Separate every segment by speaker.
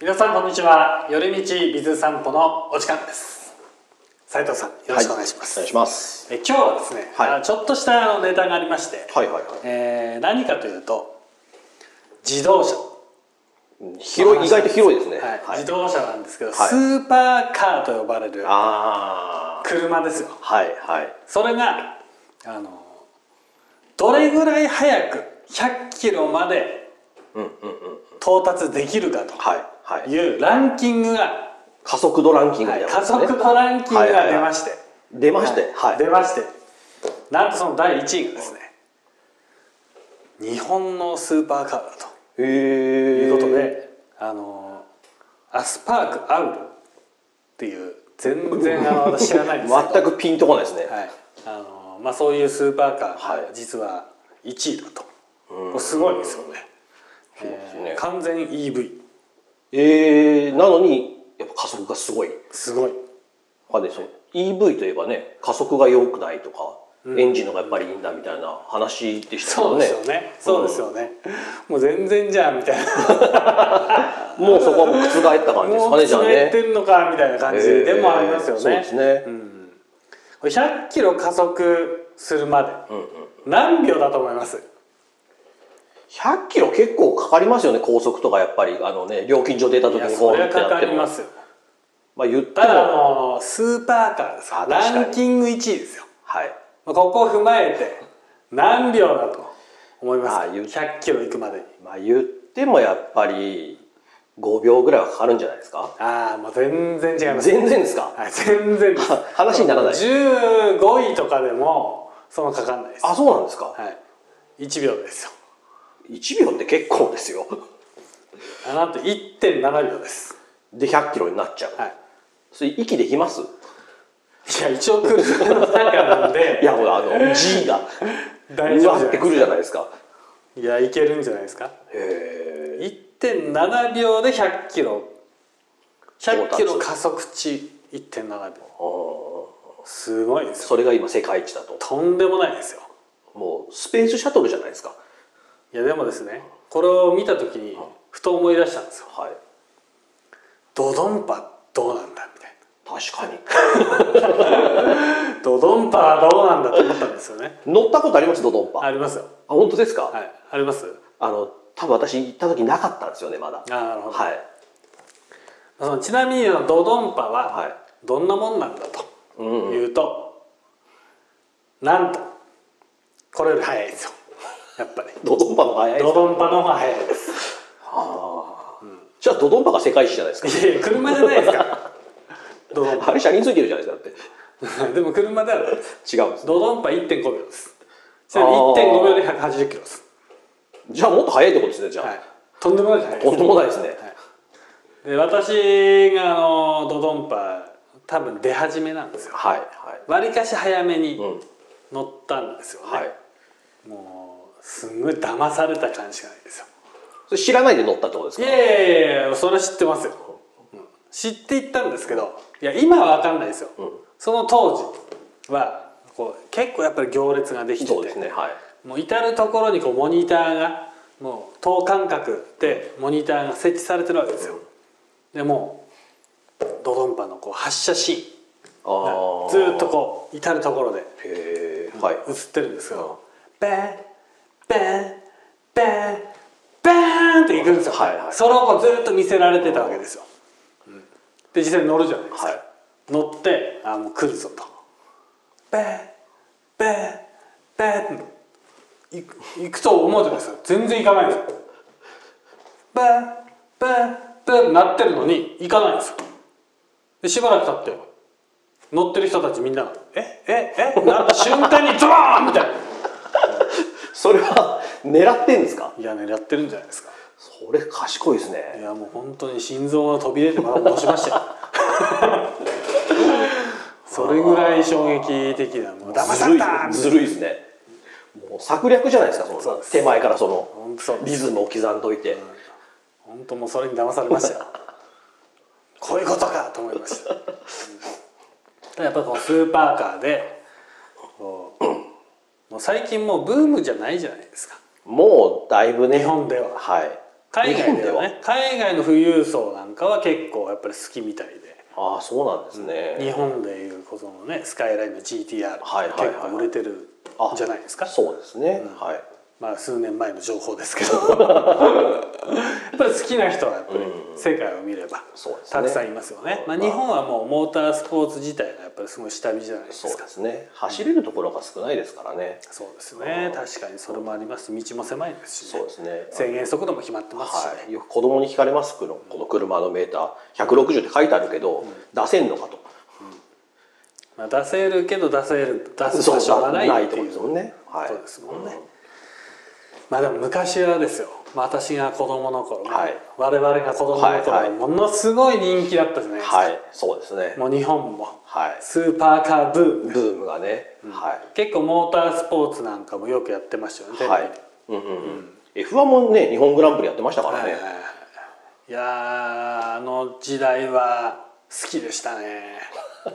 Speaker 1: 皆さんこんにちは寄り道ビズ散歩のお時間です斉藤さんよろしくお願いします、
Speaker 2: お願いします。
Speaker 1: え今日はですね、
Speaker 2: はい
Speaker 1: あちょっとしたあのネタがありまして、
Speaker 2: はいはいはい。
Speaker 1: えー何かというと自動車、
Speaker 2: 広い意外と広いですね。
Speaker 1: はい
Speaker 2: はい
Speaker 1: 自動車なんですけど、
Speaker 2: はい
Speaker 1: スーパーカーと呼ばれる
Speaker 2: ああ。
Speaker 1: 車ですよ
Speaker 2: はいはい。
Speaker 1: それがあのどれぐらい速く100キロまで
Speaker 2: うんうんうん。
Speaker 1: 到達できるかと
Speaker 2: はいはい。
Speaker 1: いうランキングが、
Speaker 2: 加速度ランキングみたいな
Speaker 1: 加
Speaker 2: ことで
Speaker 1: 速
Speaker 2: すね
Speaker 1: 度ランキングが出まして、
Speaker 2: 出まして、はい。
Speaker 1: 出ましてなんとその第1位がですね日本のスーパーカーだと
Speaker 2: へえ。
Speaker 1: いうこと。で、あのアスパークアウルっていう全然あの私知らないんですけど
Speaker 2: 全くピンとこないですね。
Speaker 1: はいあのまあ、そういうスーパーカー
Speaker 2: は
Speaker 1: が
Speaker 2: い
Speaker 1: 実は1位だと、これすごいですよね,えー、
Speaker 2: ですね
Speaker 1: 完全 EV
Speaker 2: ええー、なのにやっぱ加速がすごい。
Speaker 1: すごい
Speaker 2: あでしょ。EV といえばね、加速が良くないとか、エンジンのがやっぱりいいんだみたいな話でした
Speaker 1: そう
Speaker 2: よね。
Speaker 1: ですよねそうですよね、もう全然じゃんみたいな
Speaker 2: もうそこはもう覆った感じです
Speaker 1: も
Speaker 2: か
Speaker 1: う
Speaker 2: ね、じゃあ
Speaker 1: 詰め
Speaker 2: ね。
Speaker 1: てんのかみたいな感じでもありますよね、
Speaker 2: えーそうですね。
Speaker 1: これ100キロ加速するまで何秒だと思います
Speaker 2: 100キロ結構かかりますよね高速とかやっぱりあのね料金所出た
Speaker 1: い
Speaker 2: 時
Speaker 1: や
Speaker 2: に
Speaker 1: そ
Speaker 2: ゴ
Speaker 1: れ
Speaker 2: ー
Speaker 1: は
Speaker 2: ンって
Speaker 1: か
Speaker 2: や
Speaker 1: か
Speaker 2: って
Speaker 1: り
Speaker 2: も
Speaker 1: ますよ
Speaker 2: まあ言った
Speaker 1: ただあ
Speaker 2: ら
Speaker 1: のスーパーカーですから
Speaker 2: あ確かに
Speaker 1: ランキング1位ですよ
Speaker 2: はい
Speaker 1: まあここを踏まえて何秒だと思いますか
Speaker 2: ああ言う
Speaker 1: 100キロ行くまでに
Speaker 2: まあ言ってもやっぱり5秒ぐらいはかかるんじゃないですか
Speaker 1: ああもう全然違います
Speaker 2: 全然ですか
Speaker 1: はい全然です
Speaker 2: 話にならない
Speaker 1: 15位とかでもそのかかんないですは
Speaker 2: あそうなんですか
Speaker 1: い1秒ですよ
Speaker 2: 1秒って結構ですよ
Speaker 1: あなんと1.7秒です
Speaker 2: で100キロになっちゃう
Speaker 1: はい
Speaker 2: それ息できます
Speaker 1: いや一応 来る時間の中なんで
Speaker 2: いやほらあの G が
Speaker 1: 大
Speaker 2: う
Speaker 1: 丈夫
Speaker 2: わ
Speaker 1: じゃな
Speaker 2: っ
Speaker 1: い
Speaker 2: てくるじゃないですか
Speaker 1: いやいけるんじゃないですか
Speaker 2: へえ
Speaker 1: 1.7秒で100キロ100キロ
Speaker 2: 到達
Speaker 1: 加速値1.7秒すごいですよ
Speaker 2: それが今世界一だと
Speaker 1: とんでもないですよ
Speaker 2: もうスペースシャトルじゃないですか
Speaker 1: いやでもですねこれを見た時にふと思い出したんですよ
Speaker 2: はい
Speaker 1: ドドンパどうなんだみたい
Speaker 2: 確かに
Speaker 1: なドドンパはどうなんだと思ったんですよね
Speaker 2: 乗ったことありますドドンパ
Speaker 1: ありますよ
Speaker 2: あ本当ですか、
Speaker 1: はいあります
Speaker 2: あの多分私行った時なかったんですよねまだ
Speaker 1: あなるほど、
Speaker 2: はい
Speaker 1: そのちなみにそのドドンパは
Speaker 2: はい
Speaker 1: どんなもんなんだと
Speaker 2: うん、
Speaker 1: 言うと、なんとこれより早いですよやっぱり
Speaker 2: ド ドンパの方が早いです
Speaker 1: ドドンパの方が早いです
Speaker 2: じゃあドドンパが世界一じゃないですか
Speaker 1: いやいや車じゃないですからドドン
Speaker 2: あれ車輪ついてるじゃないですか
Speaker 1: パ
Speaker 2: だっ
Speaker 1: でも車ではないです
Speaker 2: て違うんです
Speaker 1: ドドンパ1.5秒ですち
Speaker 2: あ
Speaker 1: なみに
Speaker 2: ー
Speaker 1: 1.5秒で180キロです、
Speaker 2: じゃあもっと早いってことですねじゃあ、
Speaker 1: はい、とんでもないです
Speaker 2: とんでもないですね、
Speaker 1: で私があのドドンパ多分出始めなんですよ
Speaker 2: はいはい
Speaker 1: わりかし早めに
Speaker 2: うん
Speaker 1: 乗ったんですよね、
Speaker 2: はい
Speaker 1: もうすんごい騙された感じしかないですよ
Speaker 2: それ知らないで乗ったってことです
Speaker 1: い
Speaker 2: か
Speaker 1: やいやいやいやそれは知ってますよ、うん知っていったんですけどいや今は分かんないですよ、その当時はこう結構やっぱり行列ができて
Speaker 2: そう
Speaker 1: て
Speaker 2: ですねはい
Speaker 1: もう至る所にこうモニターがもう等間隔でモニターが設置されてるわけですよ、でもうドドンパのこう発射シーン
Speaker 2: あー
Speaker 1: ずーっとこう至る所で
Speaker 2: へえはい
Speaker 1: 映ってるんですけどバーンバーンバーンバーンっていくんですよ、
Speaker 2: はいはい
Speaker 1: それをこうずっと見せられてたわけですよ、うんで実際に乗るじゃないですか、
Speaker 2: はい
Speaker 1: 乗ってあもう来るぞとバーンバーンバーン行く行くと思うじゃないですか全然行かないんですよバーンバーンバーンなってるのに行かないんですよでしばらく経って乗ってる人たちみんなが「えええなった瞬間にドローン!」みたいな
Speaker 2: それは狙ってんですか
Speaker 1: いやねやってるんじゃないですか
Speaker 2: それ賢いです
Speaker 1: い
Speaker 2: ね
Speaker 1: やもう本当に心臓が飛び出てまた戻しました よそれぐらい衝撃的なもう騙された
Speaker 2: ずるいずるいですねもう策略じゃないですかその
Speaker 1: そうです
Speaker 2: 手前からその
Speaker 1: 本当そう
Speaker 2: リズムを刻んどいて、
Speaker 1: 本当もうそれに騙されま したよこういうことかと思いましたうんただやっぱこうスーパーカーでこうもう最近もうブームじゃないじゃないですか
Speaker 2: もうだいぶね
Speaker 1: 日本では
Speaker 2: はい
Speaker 1: 海外
Speaker 2: 日
Speaker 1: で
Speaker 2: 本
Speaker 1: は
Speaker 2: で
Speaker 1: ね海外の富裕層なんかは結構やっぱり好きみたいで
Speaker 2: ああそうなんですね、
Speaker 1: 日本でいうこのねスカイラインの GTR
Speaker 2: はいはいはい
Speaker 1: 結構売れてるんじゃないですか
Speaker 2: そうですね、はい
Speaker 1: まあ数年前の情報ですけ どやっぱり好きな人はやっぱり世界を見れば
Speaker 2: そうですね
Speaker 1: たくさんいますよね、まあ、日本はもうモータースポーツ自体がやっぱりすごい下火じゃないです
Speaker 2: そう
Speaker 1: か
Speaker 2: ですね走れるところが少ないですからね、
Speaker 1: そうですね確かにそれもありますし道も狭いですし、ね
Speaker 2: そうですね
Speaker 1: 制限速度も決まってますしね、
Speaker 2: はい、よく子供に聞かれますけどこの車のメーター160って書いてあるけど、出せんのかと
Speaker 1: まあ、出せるけど出せる出す
Speaker 2: そう
Speaker 1: 場所がないっ
Speaker 2: と
Speaker 1: ていう
Speaker 2: ころですもんね、はい、
Speaker 1: そうですもんねまあでも昔はですよまあ私が子供の頃、
Speaker 2: はい
Speaker 1: 我々が子供の頃、
Speaker 2: はいはい
Speaker 1: ものすごい人気だったじゃないですか、
Speaker 2: はいそうですね
Speaker 1: もう日本も
Speaker 2: はい
Speaker 1: スーパーカーブーム
Speaker 2: ブームがね、はい
Speaker 1: 結構モータースポーツなんかもよくやってましたよね、
Speaker 2: はい、うんうんうん F1 もね日本グランプリやってましたから
Speaker 1: はい
Speaker 2: ね、
Speaker 1: はいはいいやーあの時代は好きでしたね
Speaker 2: 好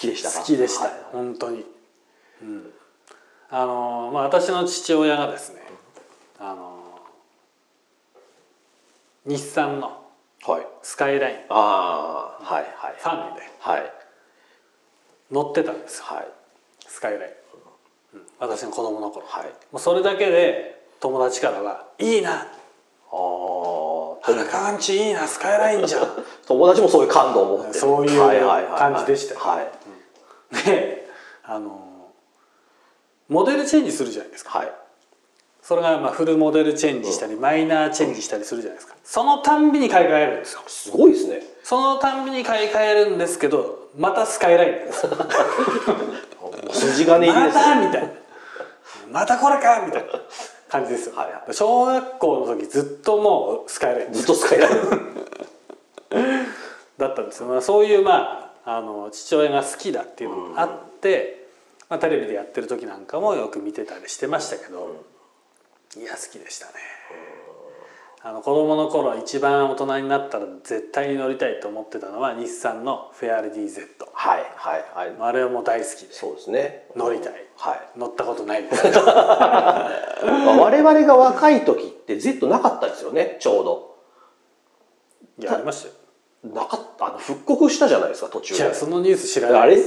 Speaker 2: きでしたか
Speaker 1: 好きでした、
Speaker 2: はい
Speaker 1: 本当に、うん、あのーまあ私の父親がですねあのー日産の
Speaker 2: はい、
Speaker 1: スカイライン
Speaker 2: ああはいはい
Speaker 1: ファンで
Speaker 2: はい
Speaker 1: 乗ってたんですよ
Speaker 2: はい
Speaker 1: スカイライン、うん、私の子供の頃
Speaker 2: はい
Speaker 1: もうそれだけで友達からは「いいな
Speaker 2: あー
Speaker 1: 田中アンチいいなスカイラインじゃん」
Speaker 2: 友達もそういう感動を持ってる
Speaker 1: そういう
Speaker 2: はいはいはいはい
Speaker 1: 感じでしたよ
Speaker 2: はい
Speaker 1: であのモデルチェンジするじゃないですか
Speaker 2: はい
Speaker 1: それがまあフルモデルチェンジしたりマイナーチェンジしたりするじゃないですかそのたんびに買い替えるんですよ
Speaker 2: すごいですね
Speaker 1: そのたんびに買い替えるんですけどまたスカイラインなんですよ
Speaker 2: もう筋金入り
Speaker 1: ま
Speaker 2: ですね
Speaker 1: たみたいなまたこれかみたいな感じですよ、
Speaker 2: はいは
Speaker 1: 小学校の時ずっともうスカイライン
Speaker 2: ずっと使えない
Speaker 1: だったんですよ、まあ、そういうまああの父親が好きだっていうのもあって、まあ、テレビでやってる時なんかもよく見てたりしてましたけど、いや好きでしたね、あの子供の頃一番大人になったら絶対に乗りたいと思ってたのは日産のフェアレディ Z
Speaker 2: はいはいはい
Speaker 1: あれはもう大好きで
Speaker 2: そうですね
Speaker 1: 乗りたい
Speaker 2: はい
Speaker 1: 乗ったことないですけ ど
Speaker 2: まあ我々が若い時って Z なかったですよねちょう
Speaker 1: いやありましたよ
Speaker 2: どなかったあの復刻したじゃないですか途中
Speaker 1: い
Speaker 2: で
Speaker 1: やそのニュース知ら
Speaker 2: あ
Speaker 1: ない
Speaker 2: れ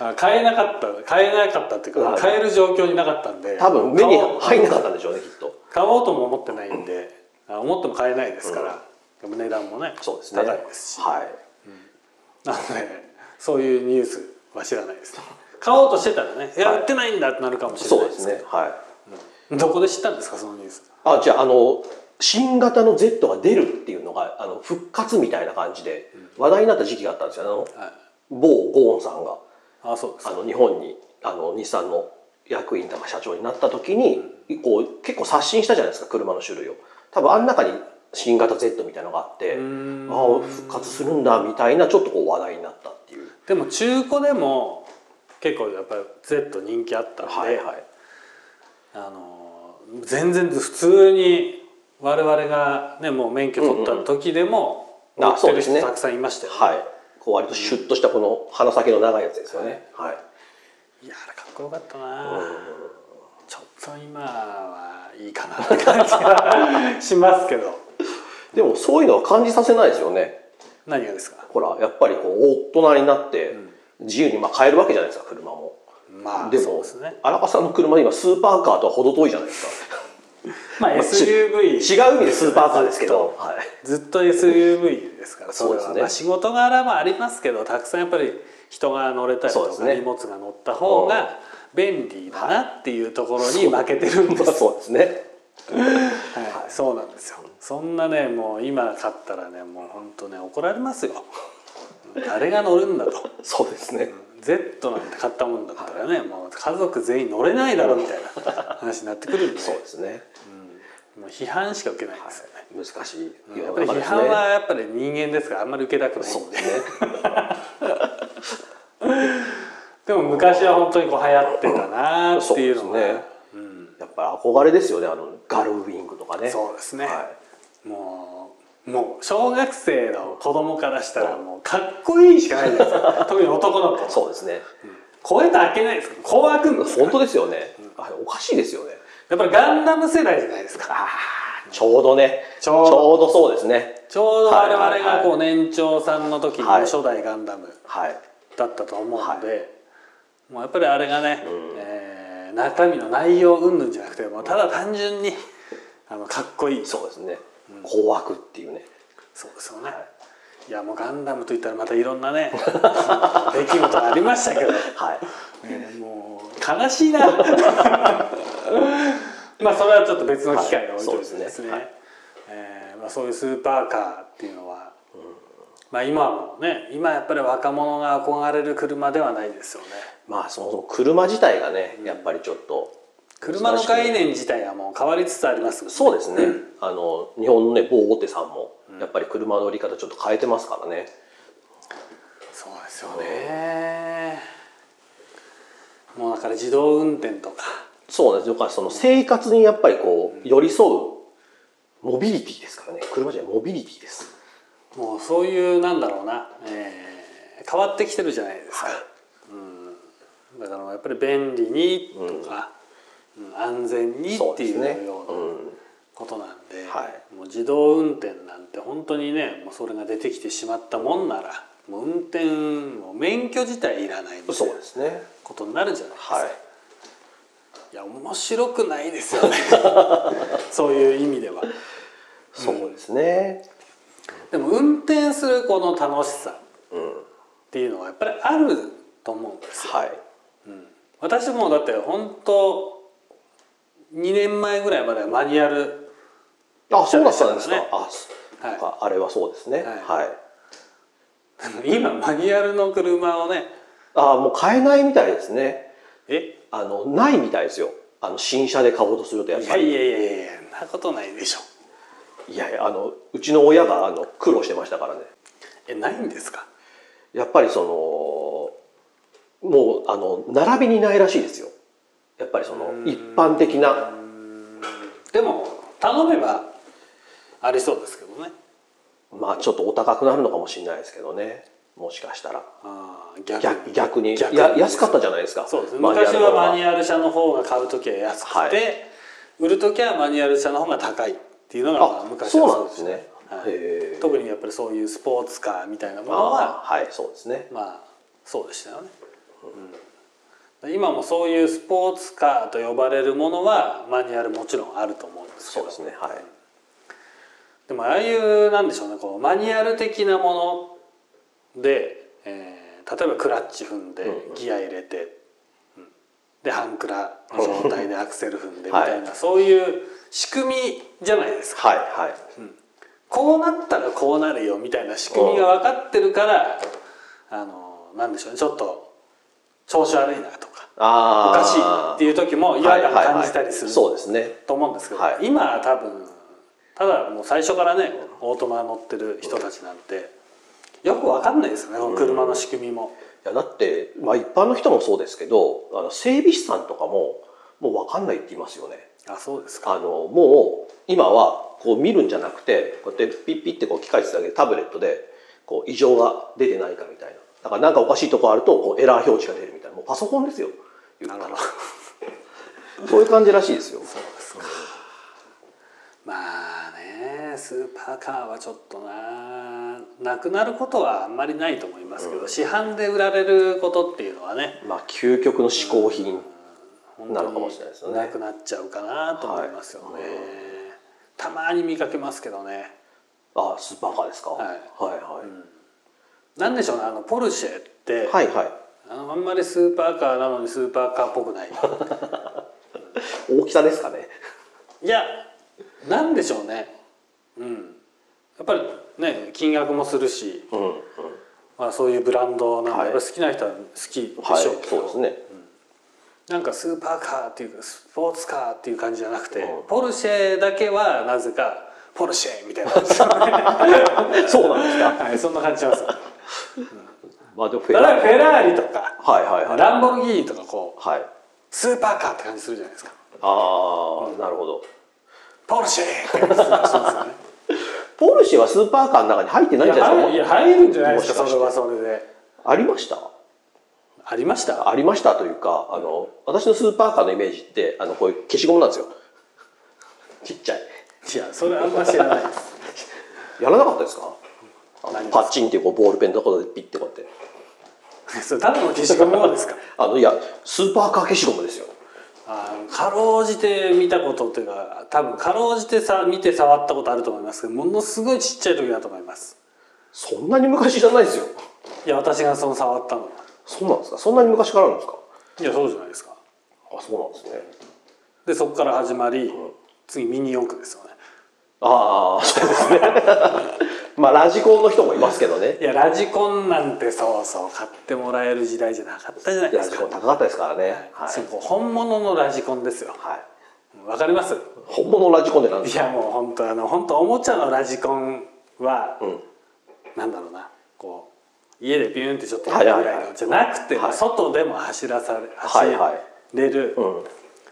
Speaker 1: あ買えなかった買えなかったっていう
Speaker 2: は
Speaker 1: か
Speaker 2: い
Speaker 1: 買える状況になかったんで
Speaker 2: 多分目に
Speaker 1: 買おう
Speaker 2: 入んなかったんでしょうねきっと
Speaker 1: 買おうとも思ってないんで、あ思っても買えないですから、でも値段もね
Speaker 2: そうですね
Speaker 1: 高いですし
Speaker 2: はい
Speaker 1: なのでそういうニュースは知らないですね買おうとしてたらね「いや
Speaker 2: はい
Speaker 1: 売ってないんだ」ってなるかもしれ
Speaker 2: そ
Speaker 1: な
Speaker 2: う
Speaker 1: い
Speaker 2: で
Speaker 1: ですすけど
Speaker 2: ねはい
Speaker 1: どこで知ったんですかそのニュース
Speaker 2: あじゃああの新型の Z が出るっていうのがあの復活みたいな感じで話題になった時期があったんですよあの、
Speaker 1: はい
Speaker 2: 某ゴーンさんが
Speaker 1: あそうです
Speaker 2: あの日本にあの日産の役員とか社長になった時に、こう結構刷新したじゃないですか車の種類を多分あん中に新型 Z みたいなのがあってあ
Speaker 1: ー
Speaker 2: あ復活するんだみたいなちょっとこう話題になったっていう
Speaker 1: でも中古でも結構やっぱり Z 人気あったんで、
Speaker 2: はいはい
Speaker 1: あの全然普通に我々がねもう免許取った時でも
Speaker 2: うんうん
Speaker 1: 乗
Speaker 2: あ
Speaker 1: ってる人
Speaker 2: そうですね
Speaker 1: たくさんいましたよね、
Speaker 2: はいこう割とシュッとしたこの鼻先の長いやつですよねはい
Speaker 1: いやあれかっこよかったな、ちょっと今はいいかなって感じがしますけど
Speaker 2: でもそういうのは感じさせないですよね
Speaker 1: 何がですか
Speaker 2: ほらやっぱりこう大人になって自由にまあ買えるわけじゃないですか車も。
Speaker 1: まあ
Speaker 2: で
Speaker 1: そう
Speaker 2: も
Speaker 1: ですね
Speaker 2: 荒川さんの車今スーパーカーとは程遠いじゃないです か。
Speaker 1: まあ
Speaker 2: まあ
Speaker 1: SUV
Speaker 2: 違う意味でスーパーカーですけど。はい。
Speaker 1: ずっと SUV ですからそれは
Speaker 2: そうですね
Speaker 1: まあ、仕事柄もありますけどたくさんやっぱり人が乗れたり
Speaker 2: そう
Speaker 1: と
Speaker 2: で
Speaker 1: か、
Speaker 2: すね
Speaker 1: 荷物が乗った方が便利だなっていうところに負けてるんです
Speaker 2: まあそうですね。
Speaker 1: はい、そうなんですよそんなねもう今買ったらねもう本当ね怒られますよ誰が乗るんだと
Speaker 2: そうですね。
Speaker 1: Z なんて買ったもんだったらね、もう家族全員乗れないだろうみたいな話になってくるんで
Speaker 2: そうですね。
Speaker 1: もう批判しか受けないんですよね、
Speaker 2: 難しい世
Speaker 1: やっ
Speaker 2: の
Speaker 1: ぱり批
Speaker 2: 中です
Speaker 1: 判
Speaker 2: ね。
Speaker 1: はやっぱり人間ですからあんまり受けたくない
Speaker 2: そ
Speaker 1: ん
Speaker 2: う
Speaker 1: で
Speaker 2: ですね。
Speaker 1: でも昔は本当にこう流行ってたなーっていうの
Speaker 2: そ
Speaker 1: が
Speaker 2: うですねやっぱり憧れですよねあのガルウィングとかね。
Speaker 1: そうですね
Speaker 2: は
Speaker 1: もうもう小学生の子供からしたらもうかっこいいしかないじゃないですか特に男の
Speaker 2: い。
Speaker 1: 子
Speaker 2: そうですね。
Speaker 1: 声と開けないですからこう開くんですから
Speaker 2: 本当ですよね。あれおかしいですよね。
Speaker 1: やっぱりガンダム世代じゃないですか
Speaker 2: ああちょうどね
Speaker 1: ちょうど
Speaker 2: そうですね
Speaker 1: ちょうど我
Speaker 2: はい
Speaker 1: 々
Speaker 2: はいは
Speaker 1: が
Speaker 2: い
Speaker 1: こう年長さんの時の
Speaker 2: はい
Speaker 1: 初代ガンダム
Speaker 2: はい
Speaker 1: だったと思うので、もうやっぱりあれがね、えー中身の内容云々じゃなくてもうただ単純にあのかっこいい
Speaker 2: そうですね紅白っていうね
Speaker 1: そうですよね。いやもうガンダムといったらまたいろんなね 出来事がありましたけど、
Speaker 2: はい
Speaker 1: ねもう悲 しいなまあそれはちょっと別の機会で置いといて
Speaker 2: はいそう
Speaker 1: で
Speaker 2: ですす
Speaker 1: ね、
Speaker 2: ねはい
Speaker 1: えーまあ、そういうスーパーカーっていうのは、まあ今もね今やっぱり若者が憧れる車ではないですよね
Speaker 2: まあそもそも車自体がねやっぱりちょっと
Speaker 1: 車の概念自体はもう変わりつつありますもんね
Speaker 2: そうですね、あの日本のね某大手さんもやっぱり車の売り方ちょっと変えてますからね、
Speaker 1: そうですよねもうだから自動運転とか
Speaker 2: そうなんですよだからその生活にやっぱりこう寄り添うモビリティですからね車じゃないモビリティです
Speaker 1: もうそういうなんだろうな、えー変わってきてるじゃないですか、うん、だからやっぱり便利にとか、うん安全に
Speaker 2: そ
Speaker 1: っていう
Speaker 2: ですね
Speaker 1: よう
Speaker 2: う
Speaker 1: なんことなんで、
Speaker 2: は
Speaker 1: もう自動運転なんて本当にねもうそれが出てきてしまったもんならもう運転もう免許自体いらないみたい
Speaker 2: そ
Speaker 1: な
Speaker 2: うですね
Speaker 1: ことになるじゃないですか、
Speaker 2: はい
Speaker 1: いや面白くないですよね そういう意味では
Speaker 2: そうですね
Speaker 1: でも運転するこの楽しさ
Speaker 2: うん、
Speaker 1: っていうのはやっぱりあると思うんですよ
Speaker 2: はい
Speaker 1: 私もだって本当2年前ぐらいまではマニュアル
Speaker 2: あそうだったんですか、
Speaker 1: ね
Speaker 2: あ、
Speaker 1: はい
Speaker 2: ああれはそうですね
Speaker 1: は
Speaker 2: はいい、
Speaker 1: 今マニュアルの車をね
Speaker 2: あもう買えないみたいですね
Speaker 1: え
Speaker 2: あのないみたいですよあの新車で買おうとするとやっ
Speaker 1: いや
Speaker 2: ぱり
Speaker 1: いやいやいやそんなことないでしょ
Speaker 2: いやいやあのうちの親があの苦労してましたからね
Speaker 1: えないんですか
Speaker 2: やっぱりそのもうあの並びにないらしいですよやっぱりその一般的な
Speaker 1: でも頼めばありそうですけどね
Speaker 2: まあちょっとお高くなるのかもしれないですけどねもしかしたら
Speaker 1: ああ逆
Speaker 2: 逆逆に
Speaker 1: 逆に
Speaker 2: や安かったじゃないですか
Speaker 1: そうですね
Speaker 2: マニュアル
Speaker 1: 昔はマニ
Speaker 2: の
Speaker 1: ュアル車の方が買う時は安くて、
Speaker 2: はい
Speaker 1: 売る時はマニュアル車の方が高いっていうのがまあ
Speaker 2: あ
Speaker 1: 昔
Speaker 2: そ
Speaker 1: は
Speaker 2: うなんで
Speaker 1: し
Speaker 2: す
Speaker 1: た
Speaker 2: ね、
Speaker 1: はい
Speaker 2: へえ
Speaker 1: 特にやっぱりそういうスポーツカーみたいなものは
Speaker 2: あーはいそうですね
Speaker 1: まあそうでしたよね、うん、今もそういうスポーツカーと呼ばれるものはマニュアルもちろんあると思うんですけ
Speaker 2: そう
Speaker 1: ど
Speaker 2: ですねはい
Speaker 1: でもああいうなんでしょうねこうマニュアル的なもので、えー例えばクラッチ踏んで
Speaker 2: うん
Speaker 1: ギア入れて、うんで半クラの状態でアクセル踏んでみたいな、
Speaker 2: は
Speaker 1: そういう仕組みじゃないですか
Speaker 2: はいはい
Speaker 1: こうなったらこうなるよみたいな仕組みが分かってるから、あのなんでしょうねちょっと調子悪いなとか
Speaker 2: あ
Speaker 1: お
Speaker 2: ー
Speaker 1: かしいっていう時も違和感感じたりする
Speaker 2: はいはいはいそうですね
Speaker 1: と思うんですけど、
Speaker 2: はい
Speaker 1: 今は多分ただもう最初からねオートマ乗ってる人たちなんてよく分かんないですよねこの車の仕組みも。
Speaker 2: いやだって、まあ、一般の人もそうですけどあの整備士さんとかももう分かんないって言いますよね
Speaker 1: あそうですか
Speaker 2: あのもう今はこう見るんじゃなくてこうやってピッピッてこう機械室だけでタブレットでこう異常が出てないかみたいなだからなんかおかしいとこあるとこうエラー表示が出るみたいなもうパソコンですよ言った
Speaker 1: なる
Speaker 2: ら そういう感じらしいですよ
Speaker 1: まあねスーパーカーはちょっとななくなることはあんまりないと思いますけど、市販で売られることっていうのはね
Speaker 2: まあ究極の嗜好品
Speaker 1: 本
Speaker 2: なのか
Speaker 1: 当
Speaker 2: も
Speaker 1: に
Speaker 2: しれないですよね
Speaker 1: なくなっちゃうかなと思いますよね、たまに見かけますけどね
Speaker 2: あスーパーカーですか、
Speaker 1: はい
Speaker 2: はいはい
Speaker 1: なんでしょうねあのポルシェって、
Speaker 2: はいはい
Speaker 1: あのあんまりスーパーカーなのにスーパーカーっぽく ない
Speaker 2: 大きさですかね
Speaker 1: いやなんでしょうねうんやっぱりね金額もするし、
Speaker 2: うん、うん、
Speaker 1: まあ、そういうブランドなんで、
Speaker 2: はい
Speaker 1: やっぱり好きな人は好きでしょう
Speaker 2: はい
Speaker 1: け
Speaker 2: そ
Speaker 1: ど、
Speaker 2: うですね、
Speaker 1: なんかスーパーカーっていうかスポーツカーっていう感じじゃなくて、
Speaker 2: うん
Speaker 1: ポルシェだけはなぜかポルシェ みたいな
Speaker 2: そうなんですか。
Speaker 1: はいそんな感じします
Speaker 2: まあでもフ
Speaker 1: だか
Speaker 2: ェラ
Speaker 1: らフェラーリとか
Speaker 2: はいはいはい。
Speaker 1: ランボルギーニとかこう
Speaker 2: はい。
Speaker 1: スーパーカーって感じするじゃないですか
Speaker 2: ああ、なるほど。
Speaker 1: ポルシェって感じしますよね
Speaker 2: ポルシェはスーパーカーの中に入ってないんじゃない
Speaker 1: いや
Speaker 2: ですか。
Speaker 1: 入るんじゃないですか
Speaker 2: もしかして
Speaker 1: それはそれで
Speaker 2: ありました。
Speaker 1: ありました
Speaker 2: ありましたというか、あの、私のスーパーカーのイメージって、あの、こういう消しゴムなんですよ。ちっちゃい。
Speaker 1: いやそれあんま知らないです
Speaker 2: やらなかったですかあの
Speaker 1: 何です
Speaker 2: パッチンってこうボールペンのところでピッてこうやって
Speaker 1: それただの消しゴムはですか
Speaker 2: あのいやスーパーカー消しゴムですよ
Speaker 1: あのかろうじて見たことというか多分かろうじてさ見て触ったことあると思いますけどものすごいちっちゃい時だと思います
Speaker 2: そんなに昔じゃないですよ
Speaker 1: いや私がその触ったのは
Speaker 2: そうなんですかそんなに昔からあるんですか
Speaker 1: いやそうじゃないですか
Speaker 2: あそうなんですね
Speaker 1: でそこから始まり、次ミニ四駆ですよね
Speaker 2: ああそうですね まあラジコンの人もいますけどね
Speaker 1: いやラジコンなんてそうそう買ってもらえる時代じゃなかったじゃないで
Speaker 2: ラ
Speaker 1: す
Speaker 2: ジ
Speaker 1: か
Speaker 2: コン高かったですからねはい、
Speaker 1: そうこう本物のラジコンですよ
Speaker 2: はい、
Speaker 1: わかります
Speaker 2: 本物のラジコンでなんで
Speaker 1: い
Speaker 2: すか
Speaker 1: やもう本当あの本当おもちゃのラジコンは、
Speaker 2: ん
Speaker 1: なんだろうなこう家でビューンってちょっとや
Speaker 2: はい
Speaker 1: るぐ
Speaker 2: はいはい
Speaker 1: らいのじゃなくて、
Speaker 2: はい
Speaker 1: 外でも走らされ走
Speaker 2: はい
Speaker 1: れる、
Speaker 2: はいうん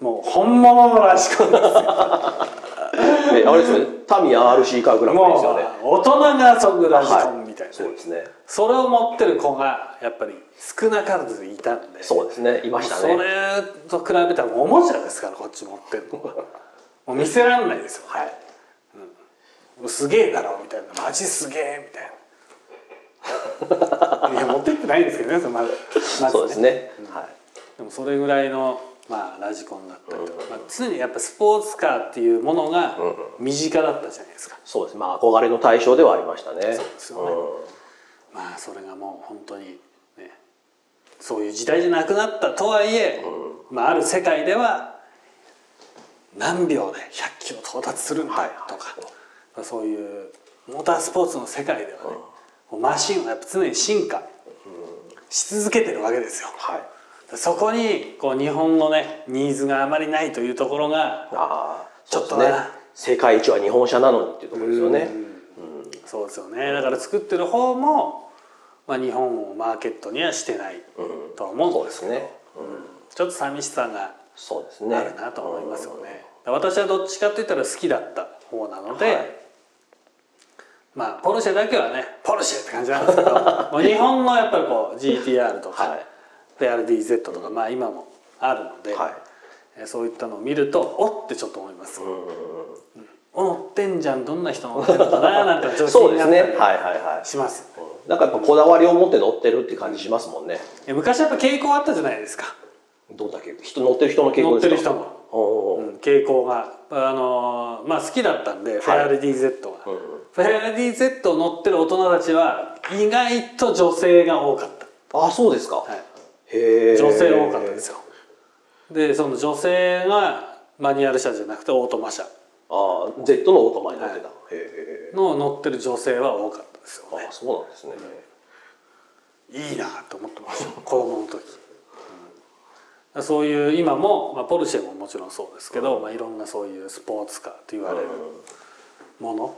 Speaker 1: もう本物のラジコンです
Speaker 2: えあれですねタミヤ RC カーグランプリです
Speaker 1: も
Speaker 2: よ
Speaker 1: う
Speaker 2: ね
Speaker 1: 大人が遊ぶラジコンみたいな、
Speaker 2: そうですね
Speaker 1: それを持ってる子がやっぱり少なからずいたんで
Speaker 2: そうですねいました
Speaker 1: そ
Speaker 2: ね
Speaker 1: れと比べたらおもちゃですからこっち持ってるの はもう見せらんないですよ
Speaker 2: はい
Speaker 1: もうすげえだろみたいなマジすげえみた いないや持ってってないんですけどねそのまずまず
Speaker 2: そうですね、はい
Speaker 1: でもそれぐらいの、まあ、ラジコンだったりとか、まあ、常にやっぱスポーツカーっていうものが身近だったじゃないですか、
Speaker 2: そうですまあ憧れの対象ではありましたねそう
Speaker 1: ですよねまあそれがもう本当にねそういう時代じゃなくなったとはいえ、まあ、ある世界では何秒で100キロ到達するんだ
Speaker 2: はいはい
Speaker 1: とか、まあそういうモータースポーツの世界ではね、こうマシンはやっぱ常に進化し続けてるわけですよ。
Speaker 2: はい
Speaker 1: そこにこう日本のねニーズがあまりないというところが
Speaker 2: ああ
Speaker 1: ちょっと
Speaker 2: そうです
Speaker 1: な
Speaker 2: 世界一は日本車なのにっていうところですよね
Speaker 1: そうですよねだから作ってる方も、まあ、日本をマーケットにはしてないとは思うんですけど、
Speaker 2: そうですね
Speaker 1: ちょっと寂しさが
Speaker 2: そうですね
Speaker 1: あるなと思いますよね、私はどっちかといったら好きだった方なので、
Speaker 2: はい
Speaker 1: まあポルシェだけはねポルシェって感じなんです けどもう日本のやっぱりこう GTR とか、
Speaker 2: はい
Speaker 1: PRDZ とか、まあ今もあるので、
Speaker 2: はい
Speaker 1: えーそういったのを見るとおってちょっと思います、
Speaker 2: うんうん
Speaker 1: お乗ってんじゃんどんな人乗ってんのかななんてちょっと
Speaker 2: そ
Speaker 1: 気
Speaker 2: う
Speaker 1: に
Speaker 2: で
Speaker 1: な
Speaker 2: す
Speaker 1: っ
Speaker 2: ねは
Speaker 1: た
Speaker 2: い
Speaker 1: り
Speaker 2: はいは
Speaker 1: します
Speaker 2: いなんかやっぱこだわりを持って乗ってるって感じしますもんね
Speaker 1: いや昔やっぱ傾向あったじゃないですか
Speaker 2: どんだけ人乗ってる人の傾
Speaker 1: 乗
Speaker 2: 向
Speaker 1: っ
Speaker 2: で
Speaker 1: て
Speaker 2: すか
Speaker 1: る人も、
Speaker 2: おー
Speaker 1: うん傾向が、あのーまあ、好きだったんで、フェアレディ Z が、
Speaker 2: うん
Speaker 1: フェアレディ Z を乗ってる大人たちは意外と女性が多かっ
Speaker 2: あそうですか、
Speaker 1: た、はい、
Speaker 2: へえ
Speaker 1: 女性多かったんですよでその女性がマニュアル車じゃなくてオートマ車
Speaker 2: ああ Z のオートマに乗ってた、へえ
Speaker 1: の乗ってる女性は多かったですよね
Speaker 2: あそうなんですね、
Speaker 1: いいなと思ってました子供の時、うんそういう今も、まあ、ポルシェももちろんそうですけど、まあ、いろんなそういうスポーツカーと言われるもの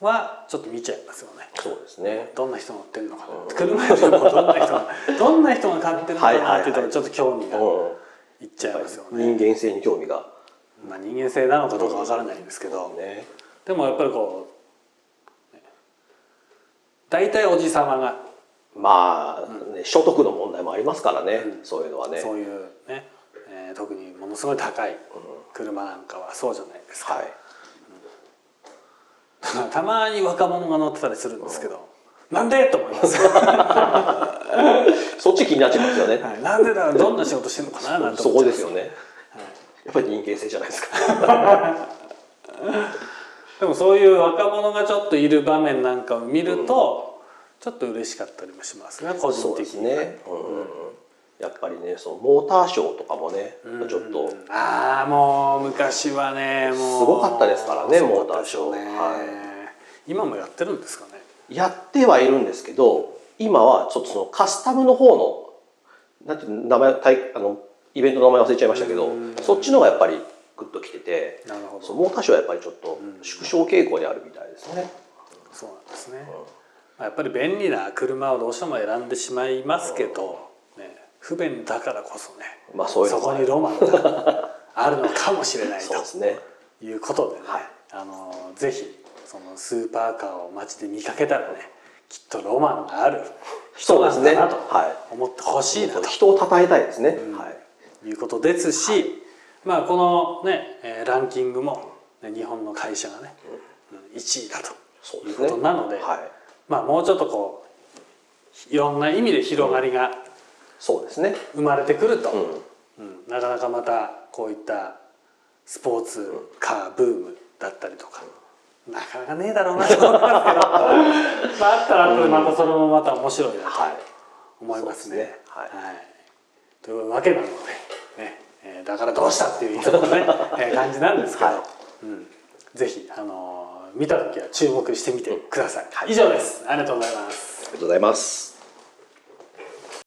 Speaker 1: はちょっと見ちゃいますよね
Speaker 2: そうですね
Speaker 1: どんな人乗ってるのかな、車よりもどんな人がどんな人が買ってるのかなっていうところちょっと興味が
Speaker 2: う
Speaker 1: いっちゃいますよね、
Speaker 2: ん人間性に興味が
Speaker 1: まあ、人間性なのかどうかわからないんですけど、
Speaker 2: ね
Speaker 1: でもやっぱりこうね大体おじさまが
Speaker 2: まあ、ね所得の問題もありますからね、そういうのはね
Speaker 1: そういうね、えー特にものすごい高い車なんかはそうじゃないですか、
Speaker 2: はい
Speaker 1: たまに若者が乗ってたりするんですけど、なんでと思います、
Speaker 2: そっち気になっちゃいますよね、
Speaker 1: はいなんでだろうどんな仕事してるのかななんて
Speaker 2: そ
Speaker 1: 思
Speaker 2: こ
Speaker 1: っちゃ
Speaker 2: で
Speaker 1: います
Speaker 2: よね、やっぱり人間性じゃないですか
Speaker 1: でもそういう若者がちょっといる場面なんかを見ると、ちょっと嬉しかったりもしますね個人
Speaker 2: そうで
Speaker 1: 的
Speaker 2: す
Speaker 1: に
Speaker 2: ね、うんやっぱりねそのモーターショーとかもね、ちょっと
Speaker 1: ああもう昔はねもう
Speaker 2: すごかったですからね
Speaker 1: すごかったでしょうね
Speaker 2: モーターショーは
Speaker 1: 今もやってるんですかね
Speaker 2: やってはいるんですけど今はちょっとそのカスタムの方のなんていう名前タイあのイベントの名前忘れちゃいましたけどそっちの方がやっぱりグッときてて
Speaker 1: なるほど
Speaker 2: そうモーターショーはやっぱりちょっと縮小傾向にあるみたいですね。
Speaker 1: そうなんですね、まあやっぱり便利な車をどうしても選んでしまいますけど、ね、不便だからこそね、
Speaker 2: まあそういう
Speaker 1: そ
Speaker 2: のも
Speaker 1: こにロマンがあるのかもしれない
Speaker 2: そうで
Speaker 1: と
Speaker 2: すね。
Speaker 1: いうことでね、
Speaker 2: はい
Speaker 1: あのぜひそのスーパーカーを街で見かけたらねきっとロマンがある人
Speaker 2: そう
Speaker 1: な
Speaker 2: です
Speaker 1: ん
Speaker 2: ね。
Speaker 1: だなと
Speaker 2: は
Speaker 1: 思ってほしい
Speaker 2: い。
Speaker 1: なと
Speaker 2: 人を称えたいですね。はい。
Speaker 1: いうことですし、まあこのねえーランキングも、ね日本の会社がね、うん、1位だ
Speaker 2: そう
Speaker 1: と
Speaker 2: で
Speaker 1: いう
Speaker 2: す
Speaker 1: こ
Speaker 2: ね
Speaker 1: となので
Speaker 2: はい、
Speaker 1: まあ、もうちょっとこういろんな意味で広がりが
Speaker 2: そうですね、
Speaker 1: 生まれてくると、
Speaker 2: うん、
Speaker 1: うんなかなかまたこういったスポーツカーブームだったりとか、なかなかねえだろうなと 思いますけどまああったらあったでまたそれもまた面白いなと
Speaker 2: はい
Speaker 1: 思いますね。
Speaker 2: そうですねはい
Speaker 1: というわけなので、ねえーだからどうしたっていういつもの ね、えー感じなんですけど、
Speaker 2: はい
Speaker 1: うん、ぜひ、あのー見た時は注目してみてください。以上ですありがとうございます
Speaker 2: ありがとうございます